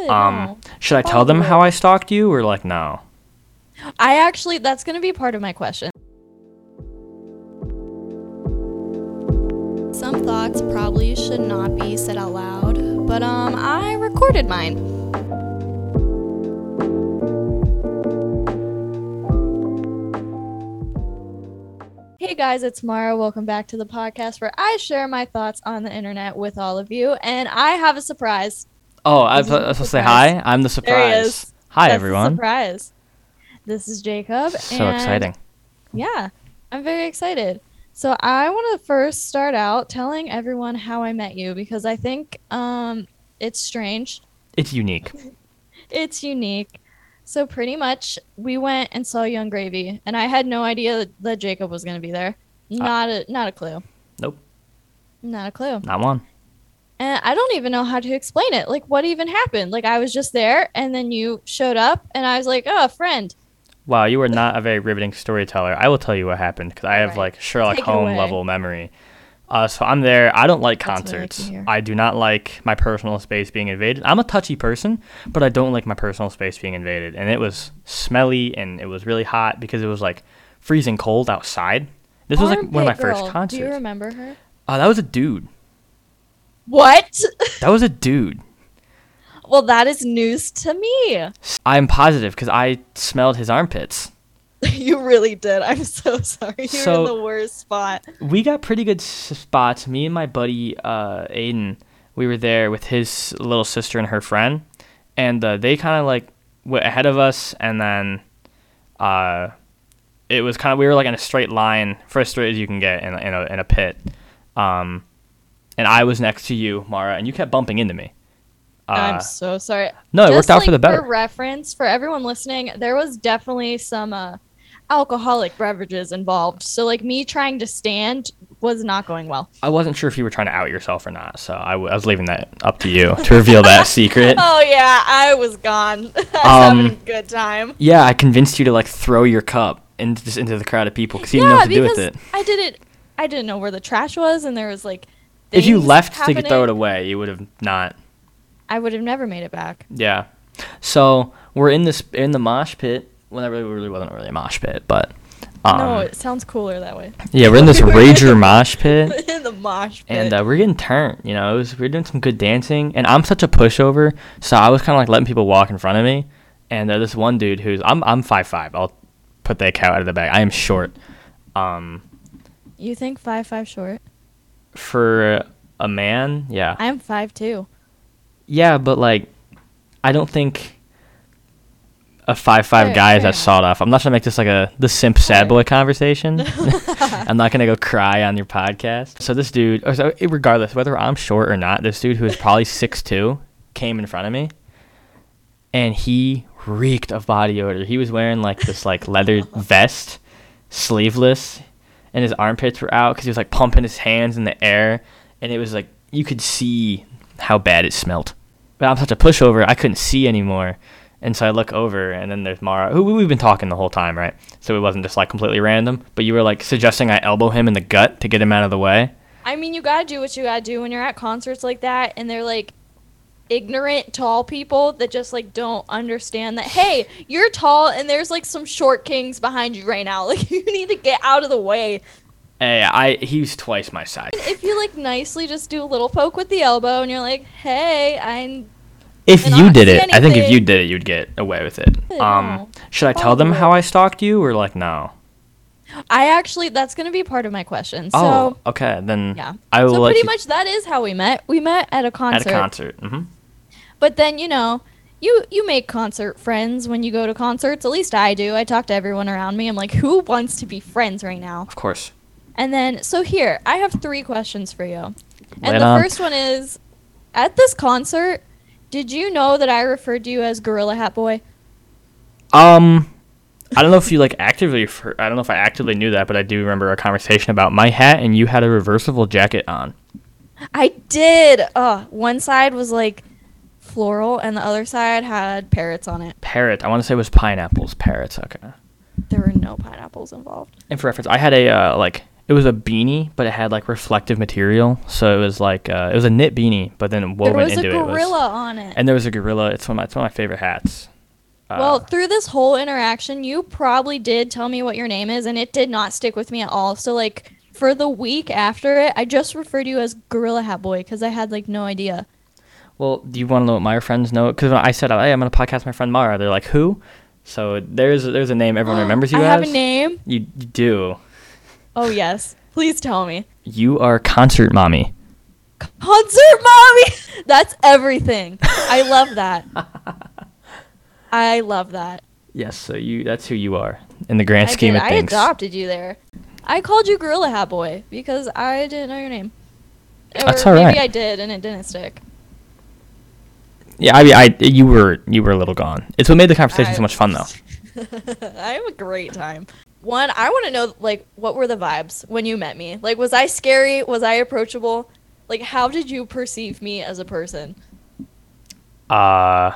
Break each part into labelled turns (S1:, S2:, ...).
S1: good.
S2: Um,
S1: no.
S2: should I tell
S1: Oh.
S2: them how I stalked you or like no?
S1: I actually, that's going to be part of my question. Some thoughts probably should not be said out loud, but um, I recorded mine. Hey guys, it's Mara. Welcome back to the podcast where I share my thoughts on the internet with all of you, and I have a surprise.
S2: Oh, I
S1: This
S2: was
S1: is
S2: I
S1: the
S2: was supposed to say
S1: surprise.
S2: hi. I'm
S1: There
S2: the
S1: he
S2: surprise.
S1: is.
S2: Hi
S1: That's the
S2: everyone.
S1: Surprise. This is Jacob.
S2: So
S1: and-
S2: exciting.
S1: Yeah, I'm very excited. So I want to first start out telling everyone how I met you because I think um, it's strange.
S2: It's unique.
S1: It's unique. So pretty much, we went and saw Young Gravy, and I had no idea that Jacob was going to be there. Not a not a clue.
S2: Ah. Nope.
S1: Not a clue.
S2: Not one.
S1: And I don't even know how to explain it. Like, what even happened? Like, I was just there, and then you showed up, and I was like, "Oh, a friend."
S2: Wow, you are not a very riveting storyteller. I will tell you what happened because I have
S1: Alright.
S2: like Sherlock
S1: Take it
S2: Holmes
S1: away.
S2: level memory. Uh, so I'm there. I don't like
S1: That's what I like to
S2: concerts.
S1: hear.
S2: I do not like my personal space being invaded. I'm a touchy person, but I don't like my personal space being invaded. And it was smelly and it was really hot because it was like freezing cold outside. This was like one of my
S1: Armpit
S2: first
S1: Girl. Do you
S2: concerts.
S1: remember her?
S2: Uh, that was a dude.
S1: What?
S2: That was a dude.
S1: well, that is news to me.
S2: I'm positive because I smelled his armpits.
S1: you really did. I'm so sorry. You
S2: So-
S1: were in the worst spot.
S2: we got pretty good s- spots. Me and my buddy uh, Aiden, we were there with his little sister and her friend, and uh, they kind of like went ahead of us, and then uh, it was kind of we were like in a straight line, for as straight as you can get in, a- in a in a pit. Um, and I was next to you, Mara, and you kept bumping into me. Uh,
S1: I'm so sorry.
S2: no, it worked
S1: Just,
S2: out
S1: like,
S2: for the better.
S1: For reference, for everyone listening, there was definitely some uh, alcoholic beverages involved. So, like, me trying to stand was not going well.
S2: I wasn't sure if you were trying to out yourself or not, so I, w- I was leaving that up to you to reveal that secret.
S1: Oh, yeah. I was gone. I was
S2: Um,
S1: having a good time.
S2: Yeah, I convinced you to like throw your cup into just into the crowd of people because you didn't know
S1: yeah,
S2: what to do
S1: because
S2: with it.
S1: I didn't. I didn't know where the trash was, and there was like.
S2: If you
S1: things
S2: left to
S1: happening.
S2: throw it away, you would have not.
S1: I would have never made it back.
S2: Yeah. So we're in this in the mosh pit. Well, that really, really wasn't really a mosh pit, but um,
S1: no, it sounds cooler that way.
S2: yeah, we're in this rager mosh pit,
S1: in the mosh pit.
S2: and uh, we're getting turned. You know, it was, we were doing some good dancing, and I'm such a pushover, so I was kind of like letting people walk in front of me. And uh, this one dude who's I'm I'm five five. I'll put that cow out of the bag. I am short. Um,
S1: you think five five short?
S2: for a man, yeah.
S1: I'm five two.
S2: Yeah, but like, I don't think a five five
S1: Fair-
S2: guy is
S1: fair
S2: that sought off. I'm not trying to make this like a the simp sad
S1: Fair.
S2: boy conversation. I'm not gonna go cry on your podcast. So this dude, or so regardless whether I'm short or not, this dude who is probably six two came in front of me, and he reeked of body odor. He was wearing like this like leather vest, sleeveless, and his armpits were out because he was like pumping his hands in the air, and it was like you could see how bad it smelt. But I'm such a pushover, I couldn't see anymore, and so I look over, and then there's Mara, who we've been talking the whole time, right? So it wasn't just like completely random, but you were like suggesting I elbow him in the gut to get him out of the way.
S1: I mean, you gotta do what you gotta do when you're at concerts like that, and they're like ignorant tall people that just like don't understand that hey you're tall and there's like some short kings behind you right now like you need to get out of the way
S2: Hey, Eh, I he's twice my size.
S1: if you like nicely just do a little poke with the elbow and you're like hey i'm
S2: If
S1: And I
S2: you
S1: don't
S2: did
S1: see
S2: it, I think if
S1: anything.
S2: you did it, you'd get away with it.
S1: Yeah,
S2: Um,
S1: no.
S2: should I tell them how I stalked you, or like no?
S1: i actually that's gonna be part of my question so
S2: oh, okay, then
S1: yeah
S2: I will
S1: so
S2: let
S1: pretty
S2: you
S1: much that is how we met we met at a
S2: at
S1: concert
S2: a concert. hmm
S1: But then you know, you you make concert friends when you go to concerts. At least I do. I talk to everyone around me. I'm like, who wants to be friends right now?
S2: Of course.
S1: And then so here, I have three questions for you. And
S2: Right
S1: the
S2: on.
S1: first one is, at this concert, did you know that I referred to you as Gorilla Hat Boy?
S2: Um, I don't know if you like actively. refer- I don't know if I actively knew that, but I do remember a conversation about my hat and you had a reversible jacket on.
S1: I did. Uh, one side was like floral, and the other side had parrots on it.
S2: Parrot. I want to say it was pineapples. Parrots. Okay.
S1: There were no pineapples involved.
S2: And for reference, I had a uh, like it was a beanie, but it had like reflective material, so it was like uh, it was a knit beanie, but then woven
S1: There was a
S2: into it
S1: gorilla
S2: was
S1: on it.
S2: and there was a gorilla. It's one of my, it's one of my favorite hats. Uh,
S1: well, through this whole interaction, you probably did tell me what your name is, and it did not stick with me at all. So, like, for the week after it, I just referred to you as Gorilla Hat Boy because I had, like, no idea.
S2: well, do you want to know what my friends know? Because when I said, "Oh, "Hey, I'm gonna podcast my friend Mara," they're like, "Who?" So there's there's a name everyone remembers you
S1: Uh, I
S2: as.
S1: have a name.
S2: You, you do.
S1: Oh, yes. Please tell me.
S2: You are concert mommy.
S1: Concert Mommy! That's everything. I love that. I love that.
S2: Yes, so you that's who you are in the grand
S1: I,
S2: scheme
S1: did-
S2: of
S1: I
S2: things.
S1: adopted you there. I called you Gorilla Hat Boy because I didn't know your name. Or
S2: That's all right.
S1: Maybe I did and it didn't stick.
S2: Yeah, I mean, I you were you were a little gone. It's what made the conversation
S1: I-
S2: so much fun though.
S1: I have a great time. One, I want to know like what were the vibes when you met me? Like was I scary? Was I approachable? Like how did you perceive me as a person?
S2: Uh,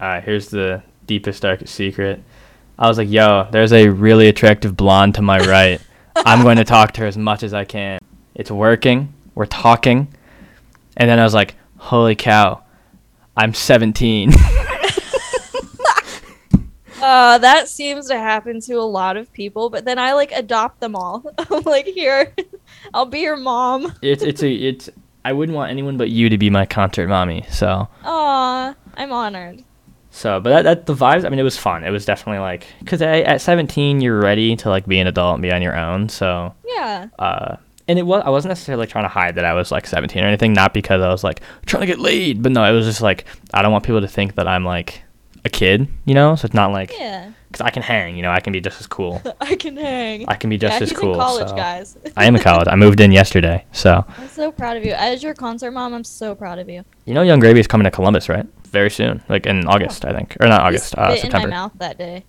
S2: uh, here's the deepest, darkest secret. I was like, yo, there's a really attractive blonde to my right. I'm going to talk to her as much as I can. It's working. We're talking. And then I was like, holy cow, I'm 17.
S1: Uh, that seems to happen to a lot of people, but then I like adopt them all. I'm like, here, I'll be your mom.
S2: it's it's a it's. I wouldn't want anyone but you to be my concert mommy. So
S1: Aw, I'm honored.
S2: so, but that, that the vibes. I mean, it was fun. It was definitely like because at 17 you're ready to like be an adult and be on your own. So
S1: Yeah.
S2: uh, and it was I wasn't necessarily like, trying to hide that I was like 17 or anything. Not because I was like trying to get laid, but no, it was just like I don't want people to think that I'm like a kid, you know. So it's not like
S1: Yeah.
S2: because I can hang, you know, I can be just as cool.
S1: I can hang.
S2: I can be just
S1: yeah,
S2: as
S1: he's
S2: cool.
S1: in college,
S2: so-
S1: guys.
S2: I am in college. I moved in yesterday, so
S1: I'm so proud of you. As your concert mom, I'm so proud of you.
S2: you know, Young Gravy is coming to Columbus, right? Very soon, like in August, I think, or not August,
S1: He
S2: uh,
S1: spit
S2: September.
S1: in my mouth that day.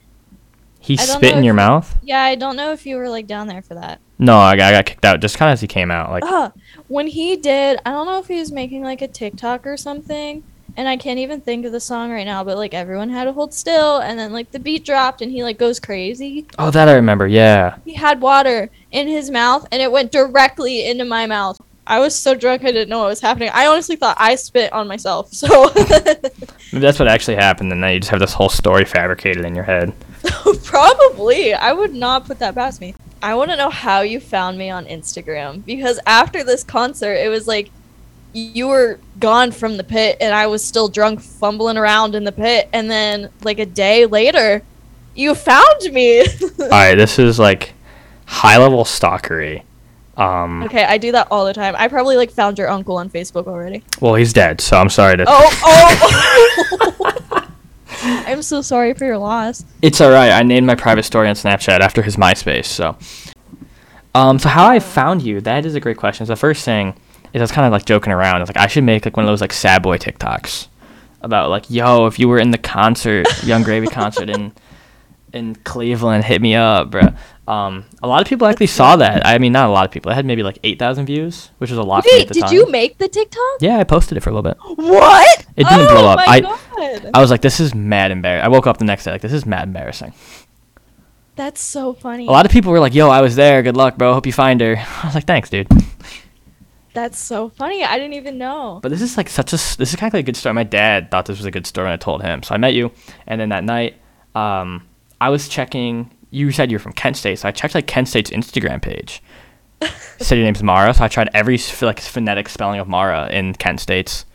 S2: He
S1: I don't
S2: spit
S1: know
S2: in
S1: if
S2: your
S1: he-
S2: mouth?
S1: Yeah, I don't know if you were like down there for that.
S2: No, I got, I got kicked out just kind of as he came out. Like,
S1: Ugh. When he did, I don't know if he was making like a TikTok or something, and I can't even think of the song right now, but like everyone had to hold still, and then like the beat dropped, and he like goes crazy.
S2: oh, that I remember. Yeah,
S1: He had water in his mouth, and it went directly into my mouth. I was so drunk, I didn't know what was happening. I honestly thought I spit on myself, so
S2: Maybe that's what actually happened, and now you just have this whole story fabricated in your head.
S1: Probably. I would not put that past me. I want to know how you found me on Instagram because after this concert, it was like you were gone from the pit and I was still drunk fumbling around in the pit. And then, like, a day later, you found me.
S2: All right, this is like high level stalkery. Um,
S1: okay, I do that all the time. I probably, like, found your uncle on Facebook already.
S2: well, he's dead, so I'm sorry to.
S1: Oh, oh. I'm so sorry for your loss.
S2: It's all right. I named my private story on Snapchat after his MySpace. So, um, so how I found you? That is a great question. So the first thing is I was kind of like joking around. I was like, I should make like one of those like sad boy TikToks about like, yo, if you were in the concert, Young Gravy concert in in Cleveland, hit me up, bro. Um, a lot of people actually saw that. I mean, not a lot of people. I had maybe like eight thousand views, which was a lot for me
S1: Wait,
S2: at the
S1: did
S2: time.
S1: you make the TikTok?
S2: Yeah, I posted it for a little bit.
S1: What? Oh
S2: It didn't blow up.
S1: My
S2: I-
S1: God.
S2: I was like, this is mad embarrassing. I woke up the next day like, this is mad embarrassing.
S1: That's so funny.
S2: A lot of people were like, "Yo, I was there. Good luck, bro. Hope you find her." I was like, "Thanks, dude."
S1: That's so funny. I didn't even know.
S2: But this is like such a s- this is kind of like a good story. My dad thought this was a good story, and I told him. So I met you, and then that night, um, I was checking. You said you're from Kent State, so I checked like Kent State's Instagram page. It said your name's Mara, so I tried every s- like phonetic spelling of Mara in Kent State's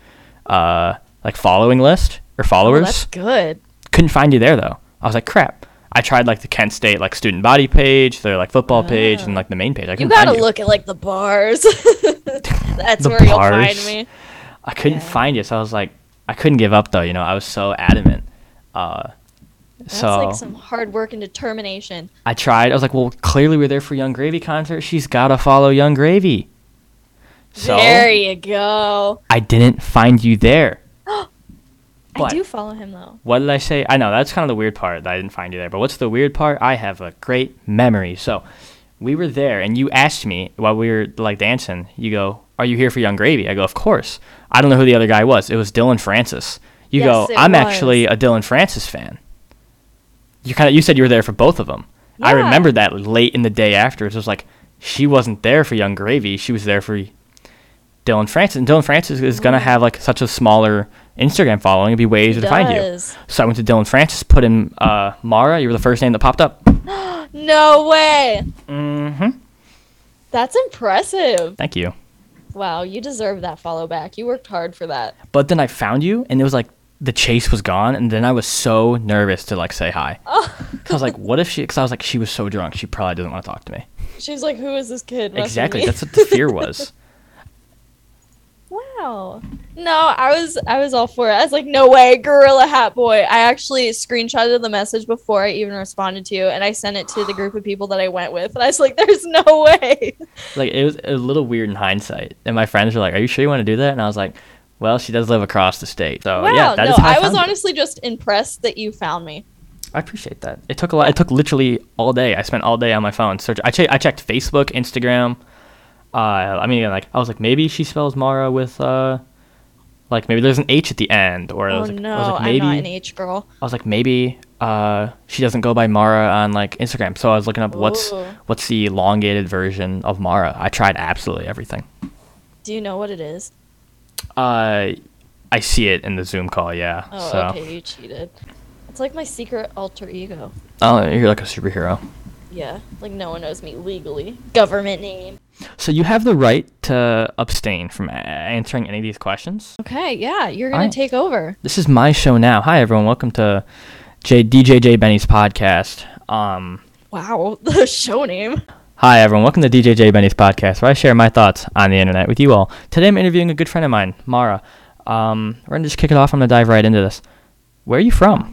S2: uh, like following list or
S1: Well,
S2: followers.
S1: that's good.
S2: couldn't find you there though. I was like, crap. I tried like the Kent State like student body page, their like football page, and like the main page.
S1: Oh.
S2: I
S1: You
S2: couldn't
S1: gotta
S2: find you.
S1: look at like the bars. That's
S2: The
S1: where you'll
S2: bars.
S1: find me.
S2: I couldn't
S1: Yeah.
S2: find it, so I was like, I couldn't give up though. You know, I was so adamant. Uh,
S1: That's
S2: so
S1: like some hard work and determination.
S2: I tried. I was like, well, clearly we're there for Young Gravy concert. She's gotta follow Young Gravy. So
S1: there you go.
S2: I didn't find you there.
S1: I
S2: But-
S1: do follow him though.
S2: What did I say? I know that's kind of the weird part that I didn't find you there. But what's the weird part? I have a great memory. So we were there, and you asked me while we were like dancing. You go, "Are you here for Young Gravy?" I go, "Of course." I don't know who the other guy was. It was Dylan Francis. You
S1: Yes,
S2: go,
S1: it
S2: "I'm
S1: was.
S2: actually a Dylan Francis fan." You kind of you said you were there for both of them. I
S1: Yeah.
S2: remember that late in the day after. It was like, she wasn't there for Young Gravy. She was there for Dylan Francis. And Dylan Francis is
S1: Mm-hmm.
S2: gonna have like such a smaller Instagram following. It'd be way easier to find you.
S1: Does.
S2: So I went to Dylan Francis, put in uh, Mara. You were the first name that popped up.
S1: No way.
S2: Mm-hmm.
S1: That's impressive.
S2: Thank you.
S1: Wow, you deserve that follow back. You worked hard for that.
S2: But then I found you, and it was like the chase was gone, and then I was so nervous to like say hi.
S1: Oh.
S2: Cause I was like, what if she? Cause I was like, she was so drunk, she probably doesn't want to talk to me.
S1: She's like, who is this kid? messaging
S2: Exactly,
S1: me?"
S2: that's what the fear was.
S1: Wow. No, I was I was all for it. I was like, no way, Gorilla Hat Boy. I actually screenshotted the message before I even responded to you, and I sent it to the group of people that I went with. And I was like, there's no way.
S2: Like it was a little weird in hindsight, and my friends were like, "Are you sure you want to do that?" And I was like, "Well, she does live across the state, so
S1: wow.
S2: Oh, yeah, that
S1: no,
S2: is how I,
S1: I, was
S2: found you.
S1: honestly just impressed that you found me.
S2: I appreciate that. It took a lot. It took literally all day. I spent all day on my phone search. I che- I checked Facebook, Instagram. Uh, I mean, like I was like, maybe she spells Mara with uh, like maybe there's an H at the end, or I
S1: Oh
S2: was like,
S1: no,
S2: I was like,
S1: I'm
S2: maybe
S1: not an H girl.
S2: I was like, maybe uh, she doesn't go by Mara on like Instagram. So I was looking up what's
S1: Ooh.
S2: what's the elongated version of Mara. I tried absolutely everything.
S1: Do you know what it is?
S2: Uh, I see it in the Zoom call. Yeah.
S1: Oh,
S2: so
S1: okay, you cheated. It's like my secret alter ego.
S2: oh, you're like a superhero.
S1: Yeah, like no one knows me legally. Government name.
S2: So you have the right to abstain from a- answering any of these questions.
S1: Okay, yeah, you're gonna
S2: Alright.
S1: take over.
S2: This is my show now. Hi everyone, welcome to J- DJJ Benny's podcast. Um,
S1: Wow, the show name.
S2: hi everyone, welcome to DJJ Benny's podcast, where I share my thoughts on the internet with you all. Today I'm interviewing a good friend of mine, Mara. Um, we're gonna just kick it off. I'm gonna dive right into this. Where are you from?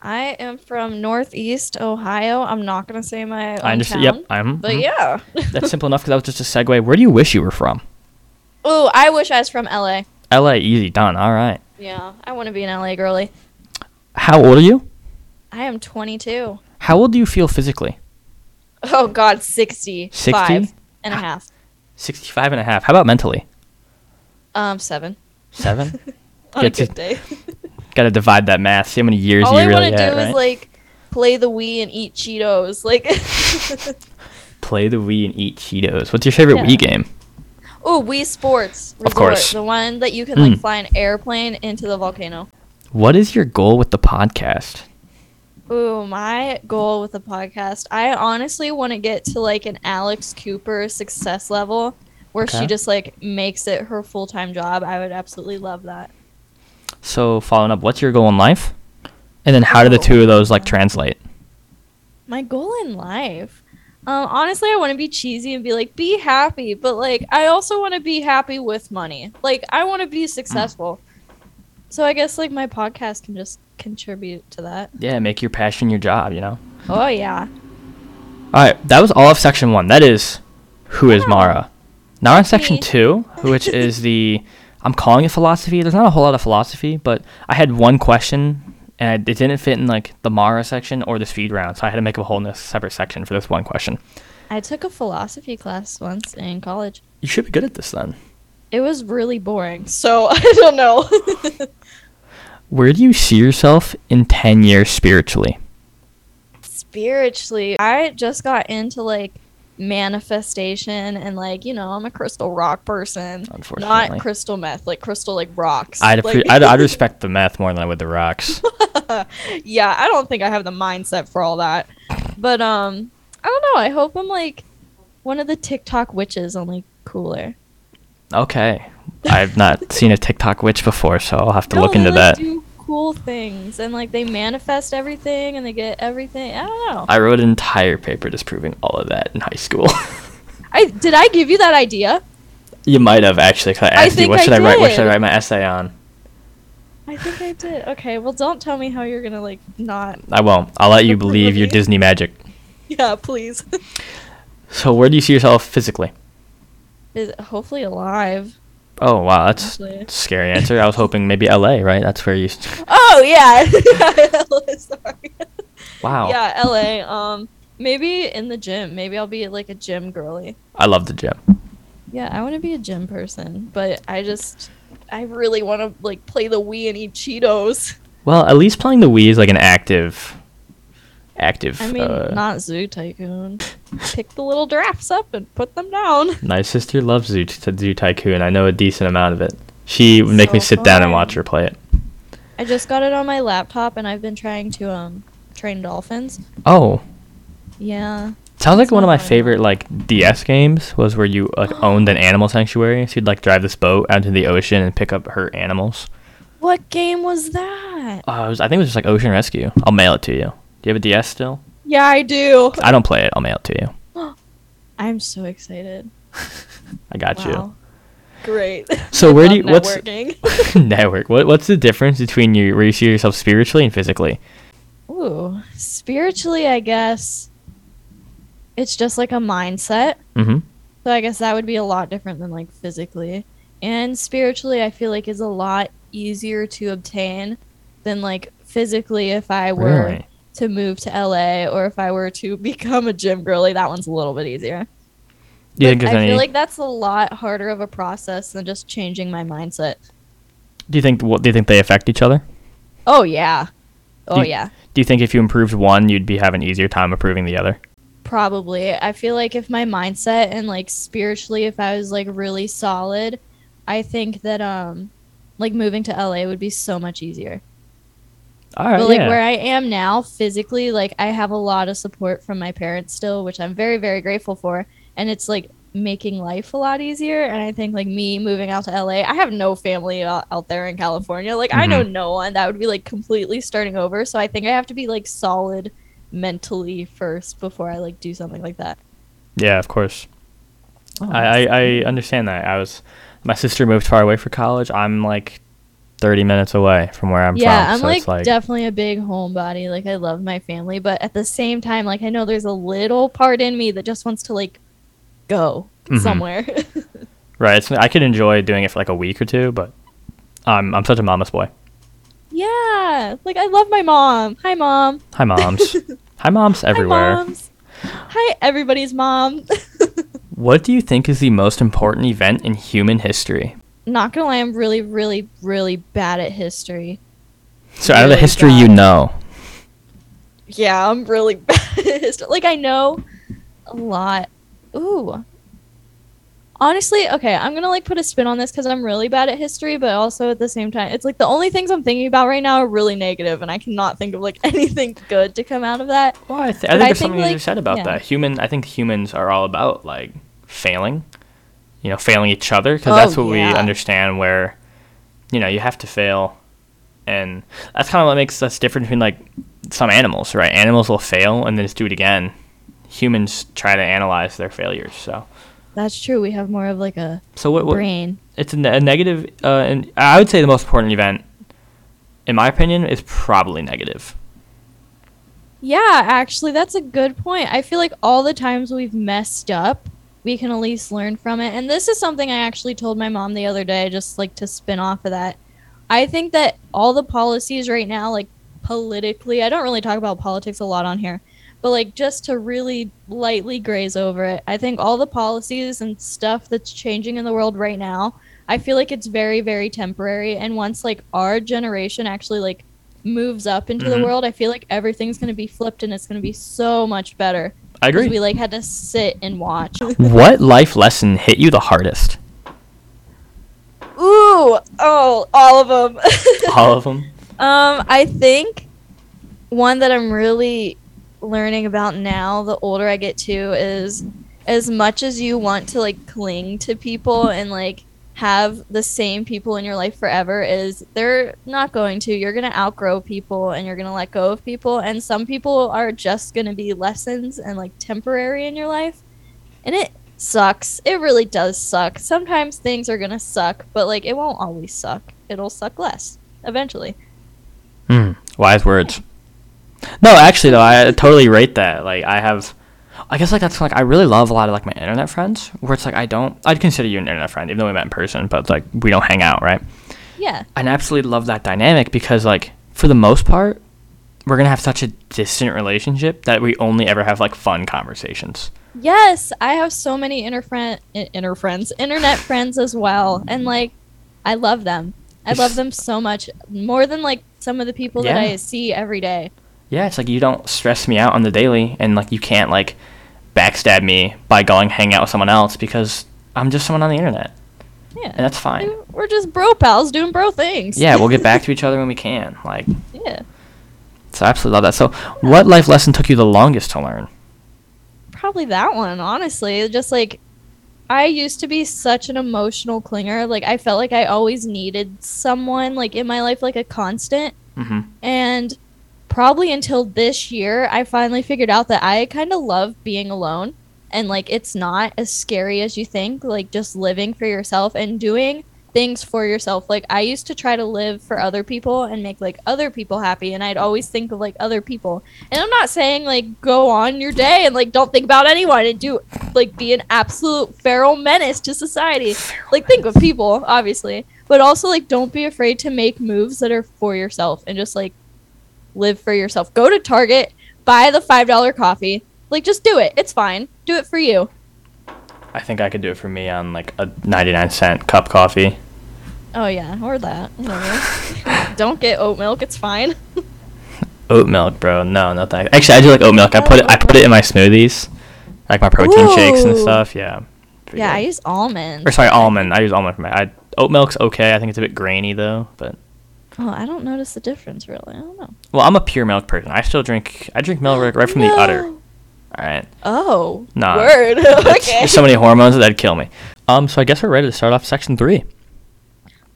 S1: I am from Northeast Ohio. I'm not gonna say my. Own
S2: I understand.
S1: Town,
S2: Yep, I'm.
S1: But
S2: mhm.
S1: yeah.
S2: that's simple enough because that was just a segue. Where do you wish you were from?
S1: Ooh, I wish I was from LA.
S2: L.A. Easy done. All right.
S1: Yeah, I want to be an LA girly.
S2: How old are you?
S1: I am 22.
S2: How old do you feel physically?
S1: Oh God, 60.
S2: 60?
S1: Five and a half.
S2: 65 and a half. How about mentally?
S1: Um, seven.
S2: Seven.
S1: On a
S2: Get to-
S1: good day.
S2: Got to divide that math. See how many years
S1: All
S2: you
S1: I
S2: really
S1: want to
S2: had,
S1: do
S2: right?
S1: is like play the Wii and eat Cheetos. Like.
S2: Play the Wii and eat Cheetos. What's your favorite
S1: Yeah.
S2: Wii game?
S1: Oh, Wii Sports Resort,
S2: Of course.
S1: the one that you can like
S2: Mm.
S1: fly an airplane into the volcano.
S2: What is your goal with the podcast?
S1: Ooh, my goal with the podcast, I honestly want to get to like an Alex Cooper success level where
S2: Okay.
S1: she just like makes it her full-time job. I would absolutely love that.
S2: So following up, what's your goal in life? And then how do the
S1: Oh.
S2: two of those like translate?
S1: My goal in life. Um, honestly, I want to be cheesy and be like, be happy, but like, I also want to be happy with money. Like, I want to be successful. So I guess like my podcast can just contribute to that.
S2: Yeah, make your passion your job. You know.
S1: Oh yeah.
S2: All right, that was all of section one. That is, who is
S1: Wow.
S2: Mara? Now we're on section
S1: Me.
S2: two, which is the I'm calling it philosophy. There's not a whole lot of philosophy, but I had one question and it didn't fit in like the Mara section or the speed round, so I had to make a whole new separate section for this one question.
S1: I took a philosophy class once in college.
S2: You should be good at this then.
S1: It was really boring, so I don't know.
S2: Where do you see yourself in ten years spiritually?
S1: Spiritually, I just got into like manifestation and like, you know, I'm a crystal rock person.
S2: Unfortunately.
S1: Not crystal meth, like crystal like rocks.
S2: I'd,
S1: like,
S2: appre- I'd I'd respect the math more than I would the rocks.
S1: yeah, I don't think I have the mindset for all that. But um I don't know. I hope I'm like one of the TikTok witches only cooler.
S2: Okay, I've not seen a TikTok witch before, so I'll have to
S1: No,
S2: look
S1: they,
S2: into
S1: like,
S2: that.
S1: do cool things and like they manifest everything and they get everything. I don't know.
S2: I wrote an entire paper disproving all of that in high school.
S1: I did I give you that idea?
S2: you might have actually. 'cause I
S1: I
S2: asked you,
S1: think
S2: what
S1: I
S2: should I write? What should I
S1: did.
S2: write my essay on?
S1: I think I did. Okay, well don't tell me how you're gonna like not
S2: I won't. I'll let you
S1: Don't
S2: believe your
S1: believe.
S2: Disney magic.
S1: Yeah, please.
S2: So, where do you see yourself physically?
S1: Is hopefully alive.
S2: Oh wow, that's
S1: Actually.
S2: a scary answer. I was hoping maybe L.A. Right? That's where you.
S1: Oh yeah. Sorry.
S2: Wow.
S1: Yeah, LA. Um maybe in the gym. Maybe I'll be like a gym girly.
S2: I love the gym.
S1: Yeah, I wanna be a gym person, but I just I really wanna like play the Wii and eat Cheetos.
S2: Well, at least playing the Wii is like an active active.
S1: I mean,
S2: uh,
S1: not Zoo Tycoon. Pick the little giraffes up and put them down.
S2: My sister loves Zoo, t- Zoo Tycoon. I know a decent amount of it. She would make me
S1: So
S2: sit down and
S1: fun.
S2: watch her play it.
S1: I just got it on my laptop and I've been trying to um train dolphins.
S2: Oh,
S1: Yeah.
S2: sounds like
S1: That's
S2: one of
S1: not
S2: my
S1: what I
S2: favorite like DS games was where you like owned an animal sanctuary. So you'd like drive this boat out into the ocean and pick up her animals.
S1: What game was that?
S2: Uh, it was, I think it was just like Ocean Rescue. I'll mail it to you. Do you have a DS still?
S1: Yeah, I do.
S2: I don't play it. I'll mail it to you.
S1: I'm so excited.
S2: I got
S1: Wow. Great.
S2: So
S1: I
S2: where do
S1: love
S2: you- what's-
S1: networking.
S2: you. Network. What What's the difference between you where you see yourself spiritually and physically?
S1: Ooh, spiritually, I guess it's just like a mindset.
S2: Mm-hmm.
S1: So I guess that would be a lot different than like physically. And spiritually, I feel like is a lot easier to obtain than like physically if I were
S2: Really?
S1: to move to LA or if I were to become a gym girly. That one's a little bit easier.
S2: Do you think
S1: I
S2: there's any?
S1: feel like that's a lot harder of a process than just changing my mindset.
S2: do you think what do you think they affect each other?
S1: Oh, yeah. Oh,
S2: you-
S1: yeah.
S2: Do you think if you improved one, you'd be having an easier time improving the other?
S1: probably i feel like if my mindset and like spiritually if i was like really solid i think that um like moving to la would be so much easier
S2: All right.
S1: but like
S2: yeah.
S1: where i am now physically like i have a lot of support from my parents still which i'm very very grateful for and it's like making life a lot easier and i think like me moving out to la i have no family out, out there in california like i
S2: Mm-hmm.
S1: know no one that would be like completely starting over so i think i have to be like solid mentally first before i like do something like that
S2: yeah, of course. I, I I understand that. I was my sister moved far away for college. I'm like 30 minutes away from where I'm
S1: yeah,
S2: from.
S1: I'm
S2: so
S1: like,
S2: it's like
S1: definitely a big homebody. Like I love my family, but at the same time, like I know there's a little part in me that just wants to like go
S2: Mhm.
S1: somewhere.
S2: right. It's, I could enjoy doing it for like a week or two, but I'm I'm such a mama's boy.
S1: yeah, like I love my mom. Hi, mom.
S2: Hi moms. Hi moms everywhere.
S1: Hi, moms. Hi, everybody's mom.
S2: What do you think is the most important event in human history?
S1: Not gonna lie, I'm really, really, really bad at history.
S2: So out of the
S1: Really
S2: history you
S1: bad.
S2: know.
S1: Yeah, I'm really bad at history. Like I know a lot. Ooh. Honestly, okay, I'm gonna like put a spin on this because I'm really bad at history, but also at the same time, it's like the only things I'm thinking about right now are really negative, and I cannot think of like anything good to come out of that.
S2: Well, I, th- I
S1: But
S2: think
S1: I
S2: there's
S1: think,
S2: something you
S1: like,
S2: said about
S1: yeah.
S2: that. Human, I think humans are all about like failing, you know, failing each other because
S1: Oh,
S2: that's what
S1: yeah.
S2: we understand. Where, you know, you have to fail, and that's kind of what makes us different between like some animals, right? Animals will fail and then just do it again. Humans try to analyze their failures. So,
S1: That's true. We have more of like a
S2: so what? what
S1: brain.
S2: it's a, ne- a negative, uh, and I would say the most important event, in my opinion, is probably negative.
S1: Yeah, actually, that's a good point. I feel like all the times we've messed up, we can at least learn from it. And this is something I actually told my mom the other day, just like to spin off of that. I think that all the policies right now, like politically, I don't really talk about politics a lot on here, but like just to really lightly graze over it, I think all the policies and stuff that's changing in the world right now, I feel like it's very, very temporary. And once like our generation actually like moves up into
S2: Mhm.
S1: the world, I feel like everything's going to be flipped and it's going to be so much better.
S2: I
S1: 'Cause
S2: agree.
S1: We like had to sit and watch.
S2: what life lesson hit you the hardest?
S1: Ooh, oh, all of them.
S2: All of them.
S1: Um, I think one that I'm really learning about now, the older I get to, is as much as you want to like cling to people and like have the same people in your life forever is they're not going to. You're gonna outgrow people and you're gonna let go of people and some people are just gonna be lessons and like temporary in your life. And it sucks. It really does suck. Sometimes things are gonna suck, but like it won't always suck. It'll suck less eventually.
S2: Hmm. Wise words. No, actually though, I totally rate that. Like I have, I guess like that's like I really love a lot of like my internet friends, where it's like I don't, I'd consider you an internet friend, even though we met in person, but like we don't hang out, right?
S1: Yeah.
S2: I absolutely love that dynamic because like for the most part, we're gonna have such a distant relationship that we only ever have like fun conversations.
S1: Yes, I have so many inner friend, i- inner friends, internet friends as well, and like, I love them. I love them so much more than like some of the people that
S2: Yeah.
S1: I see every day.
S2: Yeah, it's like you don't stress me out on the daily, and like you can't like backstab me by going hang out with someone else because I'm just someone on the internet,
S1: Yeah.
S2: and that's fine.
S1: Dude, We're just bro pals doing bro things.
S2: Yeah, we'll get back to each other when we can. Like,
S1: yeah.
S2: so I absolutely love that. So, what life lesson took you the longest to learn?
S1: Probably that one, honestly. It Just like I used to be such an emotional clinger. Like I felt like I always needed someone like in my life like a constant.
S2: Mm-hmm.
S1: And probably until this year, I finally figured out that I kind of love being alone. And like, it's not as scary as you think, like, just living for yourself and doing things for yourself. Like, I used to try to live for other people and make like other people happy. And I'd always think of like other people. And I'm not saying like go on your day and like don't think about anyone and do like be an absolute feral menace to society. Like, think of people, obviously but also like don't be afraid to make moves that are for yourself and just like live for yourself go to target buy the five dollar coffee like just do it it's fine do it for you
S2: I think I could do it for me on like a 99 cent cup coffee.
S1: oh yeah or that whatever. don't get oat milk it's fine
S2: Oat milk, bro. No, no thanks. Actually, I do like oat milk. I put it. I put it in my smoothies, like my protein shakes and
S1: Ooh.
S2: stuff. Yeah. Pretty
S1: yeah i
S2: good.
S1: use almonds
S2: or sorry, almond. I use almond for my. I, oat milk's okay. I think it's a bit grainy though, but
S1: oh i don't notice the difference really i don't know
S2: well, I'm a pure milk person. I still drink. I drink milk right, right from the udder.
S1: No.
S2: All right.
S1: oh
S2: Nah.
S1: word
S2: That's-
S1: okay
S2: There's so many hormones that'd kill me. Um. So I guess we're ready to start off section three.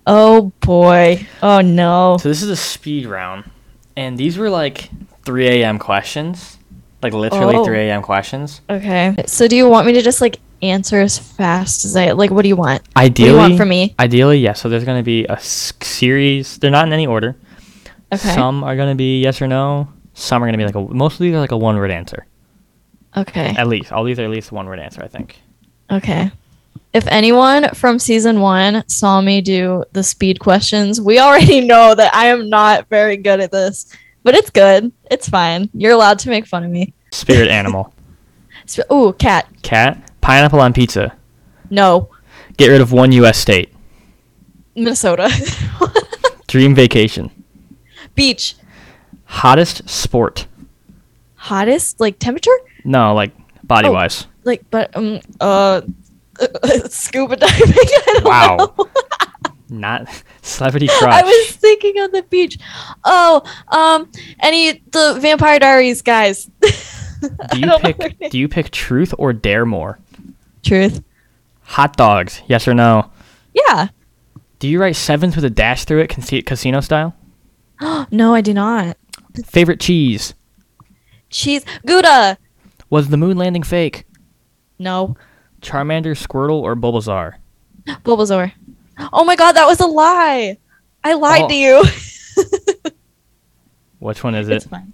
S1: oh boy oh no
S2: So this is a speed round, and these were like 3 a.m. questions, like literally
S1: Oh.
S2: 3 a.m. questions.
S1: okay so do you want me to just like answer as fast as i like what do you want
S2: Ideally,
S1: want from me?
S2: Ideally, yeah. So there's gonna be a s- series. They're not in any order.
S1: Okay.
S2: Some are gonna be yes or no. Some are gonna be like a mostly like a one word answer.
S1: okay
S2: At least all these are at least one word answer. I think.
S1: Okay. If anyone from season one saw me do the speed questions, we already know that I am not very good at this, but it's good. It's fine. You're allowed to make fun of me.
S2: Spirit animal,
S1: Sp- Ooh, cat.
S2: cat, pineapple on pizza.
S1: No.
S2: Get rid of one U.S. state.
S1: Minnesota.
S2: Dream vacation.
S1: Beach.
S2: Hottest sport.
S1: Hottest, like temperature?
S2: No, like body
S1: Oh.
S2: wise.
S1: Like, but, um, uh, scuba diving. I don't
S2: Wow.
S1: know.
S2: Not celebrity
S1: I
S2: crush.
S1: was thinking on the beach. Oh, um, any, the Vampire Diaries guys.
S2: Do
S1: I don't
S2: you
S1: know their
S2: pick? Do you pick truth or dare more?
S1: Truth.
S2: Hot dogs. Yes or no?
S1: Yeah.
S2: Do you write sevens with a dash through it, casi- casino style?
S1: no, I do not.
S2: Favorite cheese?
S1: Cheese. Gouda.
S2: Was the moon landing fake?
S1: No.
S2: Charmander, Squirtle, or Bulbasaur?
S1: Bulbasaur. Oh my god, that was a lie. I lied
S2: Oh.
S1: to you.
S2: Which one is
S1: it's
S2: it?
S1: fine.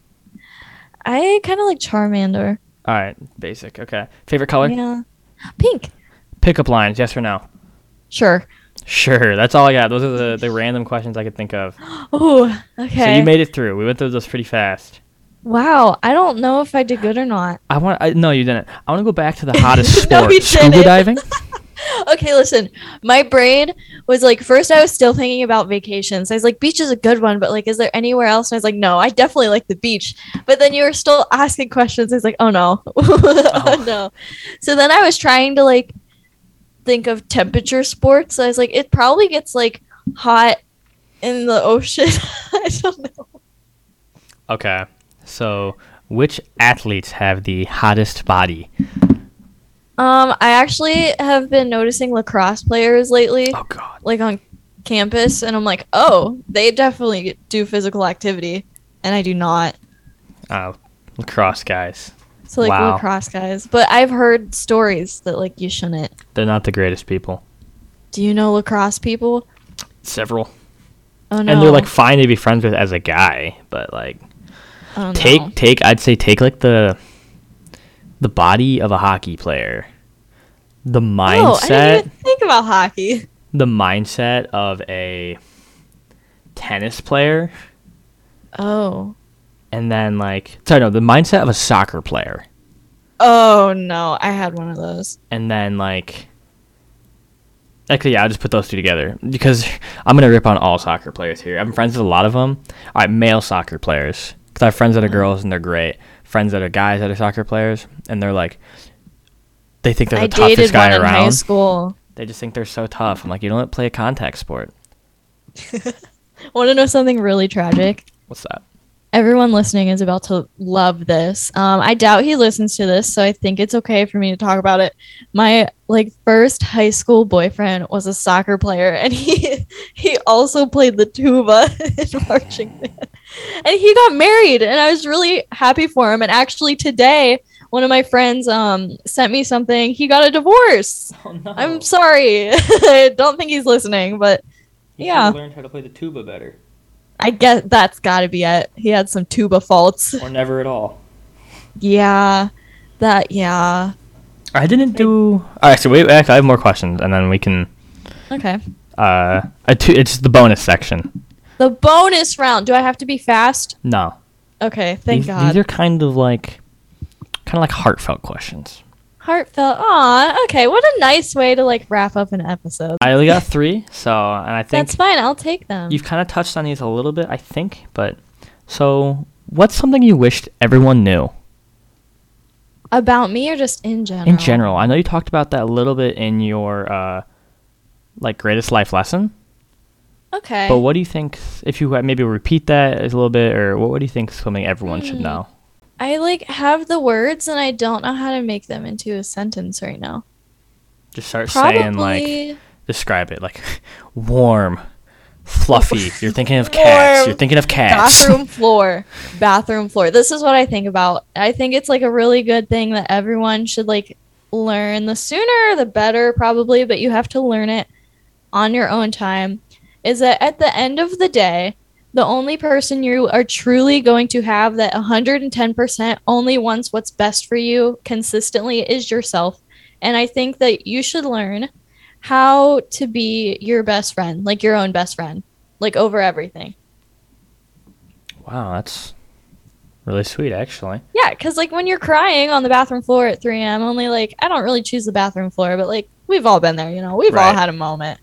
S1: I kind of like Charmander.
S2: All right, basic. Okay. Favorite color?
S1: Yeah. Pink.
S2: Pickup lines. Yes or no?
S1: Sure.
S2: Sure. That's all I got. Those are the, the random questions I could think of.
S1: Oh, okay.
S2: So you made it through. We went through those pretty fast.
S1: wow, I don't know if I did good or not.
S2: I want. I, no, you didn't. I want to go back to the hottest
S1: No,
S2: sport.
S1: you
S2: Scuba
S1: didn't.
S2: diving.
S1: Okay, listen. My brain was like, first I was still thinking about vacations. I was like, beach is a good one, but like, is there anywhere else? And I was like, no, I definitely like the beach. But then you were still asking questions. I was like, oh no, oh no. So then I was trying to like think of temperature sports. I was like, it probably gets like hot in the ocean. I don't know.
S2: Okay. So which athletes have the hottest body?
S1: Um, I actually have been noticing lacrosse players lately.
S2: Oh God.
S1: like on campus and I'm like, oh, they definitely do physical activity and I do not.
S2: Oh, lacrosse guys.
S1: So like
S2: Wow.
S1: lacrosse guys. But I've heard stories that like you shouldn't.
S2: They're not the greatest people.
S1: Do you know lacrosse people?
S2: Several.
S1: Oh no.
S2: And they're like fine to be friends with as a guy, but like
S1: I don't
S2: take
S1: know.
S2: take I'd say take like the the body of a hockey player. The
S1: Oh, I didn't
S2: mindset
S1: even think about hockey.
S2: the mindset of a tennis player
S1: Oh.
S2: and then like sorry no, the mindset of a soccer player.
S1: Oh no, I had one of those.
S2: and then like actually yeah i'll just put those two together because i'm gonna rip on all soccer players here i'm friends with a lot of them all right male soccer players Because I have friends that
S1: Mm-hmm.
S2: are girls and they're great. Friends that are guys that are soccer players and they're like, they think they're the
S1: I
S2: toughest
S1: dated one
S2: guy
S1: in high
S2: around.
S1: school.
S2: They just think they're so tough. I'm like, you don't play a contact sport.
S1: Want to know something really tragic?
S2: What's that?
S1: Everyone listening is about to love this. Um, I doubt he listens to this, so I think it's okay for me to talk about it. My like first high school boyfriend was a soccer player, and he he also played the tuba in marching band. And he got married, and I was really happy for him. And actually, today one of my friends um, sent me something. He got a divorce.
S2: Oh no!
S1: I'm sorry. I don't think he's listening, but He yeah. should've
S2: Learned how to play the tuba better,
S1: I guess that's got to be it. He had some tuba faults.
S2: or never at all.
S1: Yeah, that yeah.
S2: I didn't do. All right, so wait. Actually, I have more questions, and then we can.
S1: Okay.
S2: Uh, I tu- it's the bonus section.
S1: The bonus round. Do I have to be fast?
S2: No,
S1: Okay. Thank
S2: these,
S1: God.
S2: These are kind of like, kind of like heartfelt questions.
S1: Heartfelt. Aw. Okay. What a nice way to like wrap up an episode.
S2: I only got three, so and I think
S1: That's fine. I'll take them.
S2: you've kind of touched on these a little bit, I think. But so, what's something you wished everyone knew
S1: About me or just in general?
S2: in general? I know you talked about that a little bit in your uh, like greatest life lesson.
S1: Okay.
S2: But what do you think if you had- maybe repeat that a little bit, or what, what do you think is something everyone should
S1: Hmm.
S2: know?
S1: I like have the words and I don't know how to make them into a sentence right now.
S2: Just start
S1: Probably.
S2: saying like describe it like warm, fluffy. You're thinking of cats. You're
S1: Warm.
S2: thinking of cats.
S1: bathroom floor bathroom floor this is what i think about i think it's like a really good thing that everyone should like learn the sooner the better probably but you have to learn it on your own time is that at the end of the day the only person you are truly going to have that 110% only wants what's best for you consistently is yourself and i think that you should learn how to be your best friend like your own best friend like over everything
S2: Wow, that's really sweet, actually.
S1: Yeah, because like when you're crying on the bathroom floor at 3 a.m., only like I don't really choose the bathroom floor, but like we've all been there, you know, we've all
S2: Right.
S1: had a moment.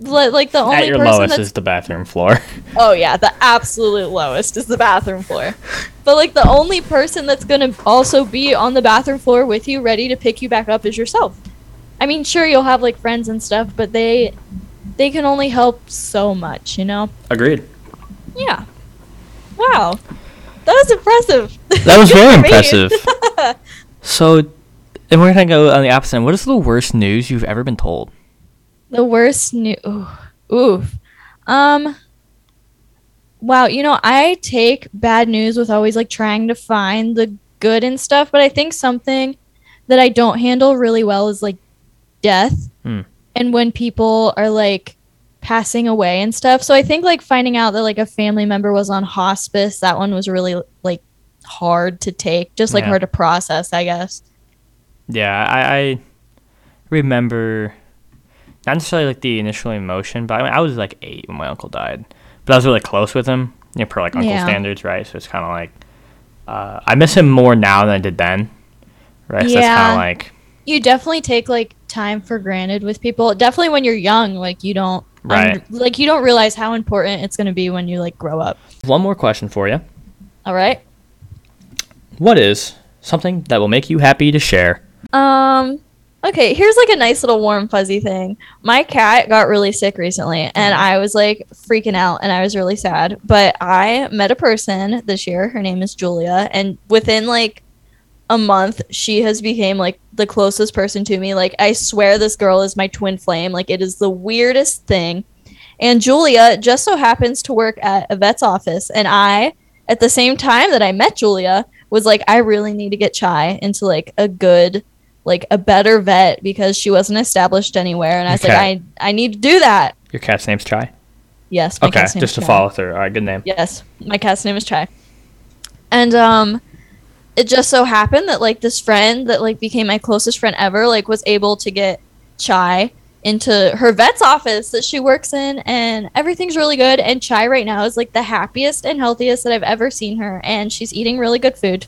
S1: Li- Like the only
S2: At your
S1: person
S2: lowest
S1: that's
S2: is the bathroom floor.
S1: oh yeah, the absolute lowest is the bathroom floor. But like the only person that's gonna also be on the bathroom floor with you, ready to pick you back up, is yourself. I mean, sure you'll have like friends and stuff, but they they can only help so much, you know.
S2: Agreed.
S1: Yeah. Wow, that was impressive.
S2: That was
S1: Good
S2: very
S1: for me.
S2: impressive. So, and we're gonna go on the opposite. end. What is the worst news you've ever been told?
S1: The worst new ooh, oof. Um Wow, you know, I take bad news with always like trying to find the good and stuff, but I think something that I don't handle really well is like death
S2: Hmm.
S1: and when people are like passing away and stuff. So I think like finding out that like a family member was on hospice, that one was really like hard to take, just like
S2: Yeah.
S1: hard to process, I guess.
S2: Yeah, I, I remember not necessarily like the initial emotion, but I, mean, I was like eight when my uncle died, but I was really close with him, you know, per like uncle
S1: Yeah.
S2: standards, right? So it's kind of like uh, I miss him more now than I did then, right? So it's kind
S1: Yeah.
S2: of like
S1: you definitely take like time for granted with people definitely when you're young like you don't un-
S2: Right.
S1: like you don't realize how important it's going to be when you like grow up
S2: one more question for you.
S1: all right
S2: What is something that will make you happy to share?
S1: um okay here's like a nice little warm fuzzy thing my cat got really sick recently and i was like freaking out and i was really sad but i met a person this year her name is julia and within like a month she has became like the closest person to me like i swear this girl is my twin flame like it is the weirdest thing and julia just so happens to work at a vet's office and i at the same time that i met julia was like i really need to get chai into like a good like a better vet because she wasn't established anywhere and i was like
S2: Okay.
S1: i i need to do that
S2: Your cat's name's Chai.
S1: yes my
S2: Okay,
S1: cat's name
S2: just
S1: is
S2: to
S1: Chai.
S2: follow through. All right, good name.
S1: Yes, my cat's name is Chai. And um it just so happened that like this friend that like became my closest friend ever like was able to get Chai into her vet's office that she works in and everything's really good and Chai right now is like the happiest and healthiest that I've ever seen her and she's eating really good food.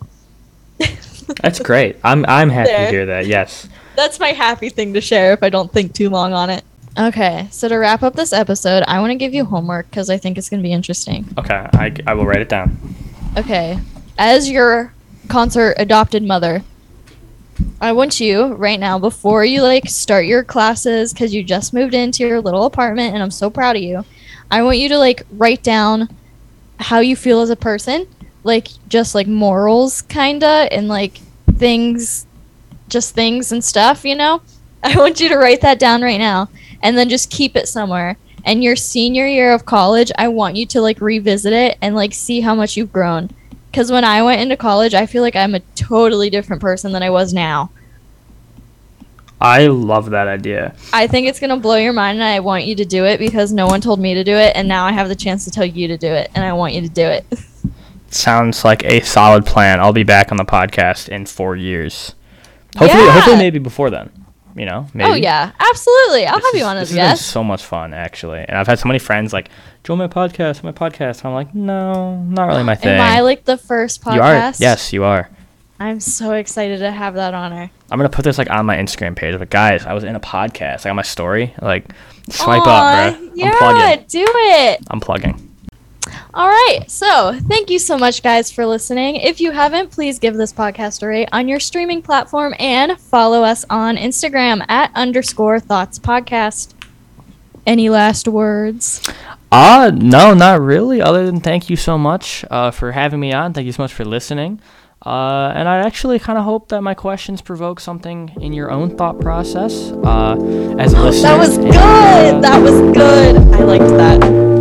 S2: That's great. I'm I'm happy
S1: There.
S2: to hear that. Yes.
S1: That's my happy thing to share if I don't think too long on it. Okay, so to wrap up this episode, I want to give you homework because I think it's going to be interesting.
S2: Okay, I, I will write it down.
S1: Okay. As your concert adopted mother, I want you right now before you like start your classes cuz you just moved into your little apartment and I'm so proud of you. I want you to like write down how you feel as a person, like just like morals kinda and like things just things and stuff, you know? I want you to write that down right now and then just keep it somewhere. And your senior year of college, I want you to like revisit it and like see how much you've grown. Because when I went into college, I feel like I'm a totally different person than I was now.
S3: I love that idea.
S1: I think it's going to blow your mind, and I want you to do it because no one told me to do it. And now I have the chance to tell you to do it, and I want you to do it.
S2: Sounds like a solid plan. I'll be back on the podcast in four years. Hopefully,
S1: Yeah.
S2: hopefully maybe before then. You know, maybe.
S1: Oh, yeah. Absolutely. I'll
S2: This
S1: have
S2: is-
S1: you on as a
S2: This has been
S1: guest.
S2: so much fun, actually, and I've had so many friends like join my podcast, my podcast. And I'm like, no, not really my thing.
S1: Am I like the first podcast?
S2: You are, yes, you are.
S1: I'm so excited to have that honor.
S2: I'm gonna put this like on my Instagram page. Like, guys, I was in a podcast. Like on my story. Like, swipe up, bro.
S1: Yeah,
S2: I'm plugging.
S1: do it.
S2: I'm plugging.
S1: All right. So, thank you so much, guys, for listening. If you haven't, please give this podcast a rate on your streaming platform and follow us on Instagram at underscore thoughts podcast. Any last words?
S2: Uh, no, not really. Other than thank you so much uh, for having me on. Thank you so much for listening. Uh, and I actually kind of hope that my questions provoke something in your own thought process uh, as a listener.
S1: That was
S2: and,
S1: good.
S2: uh,
S1: That was good. I liked that.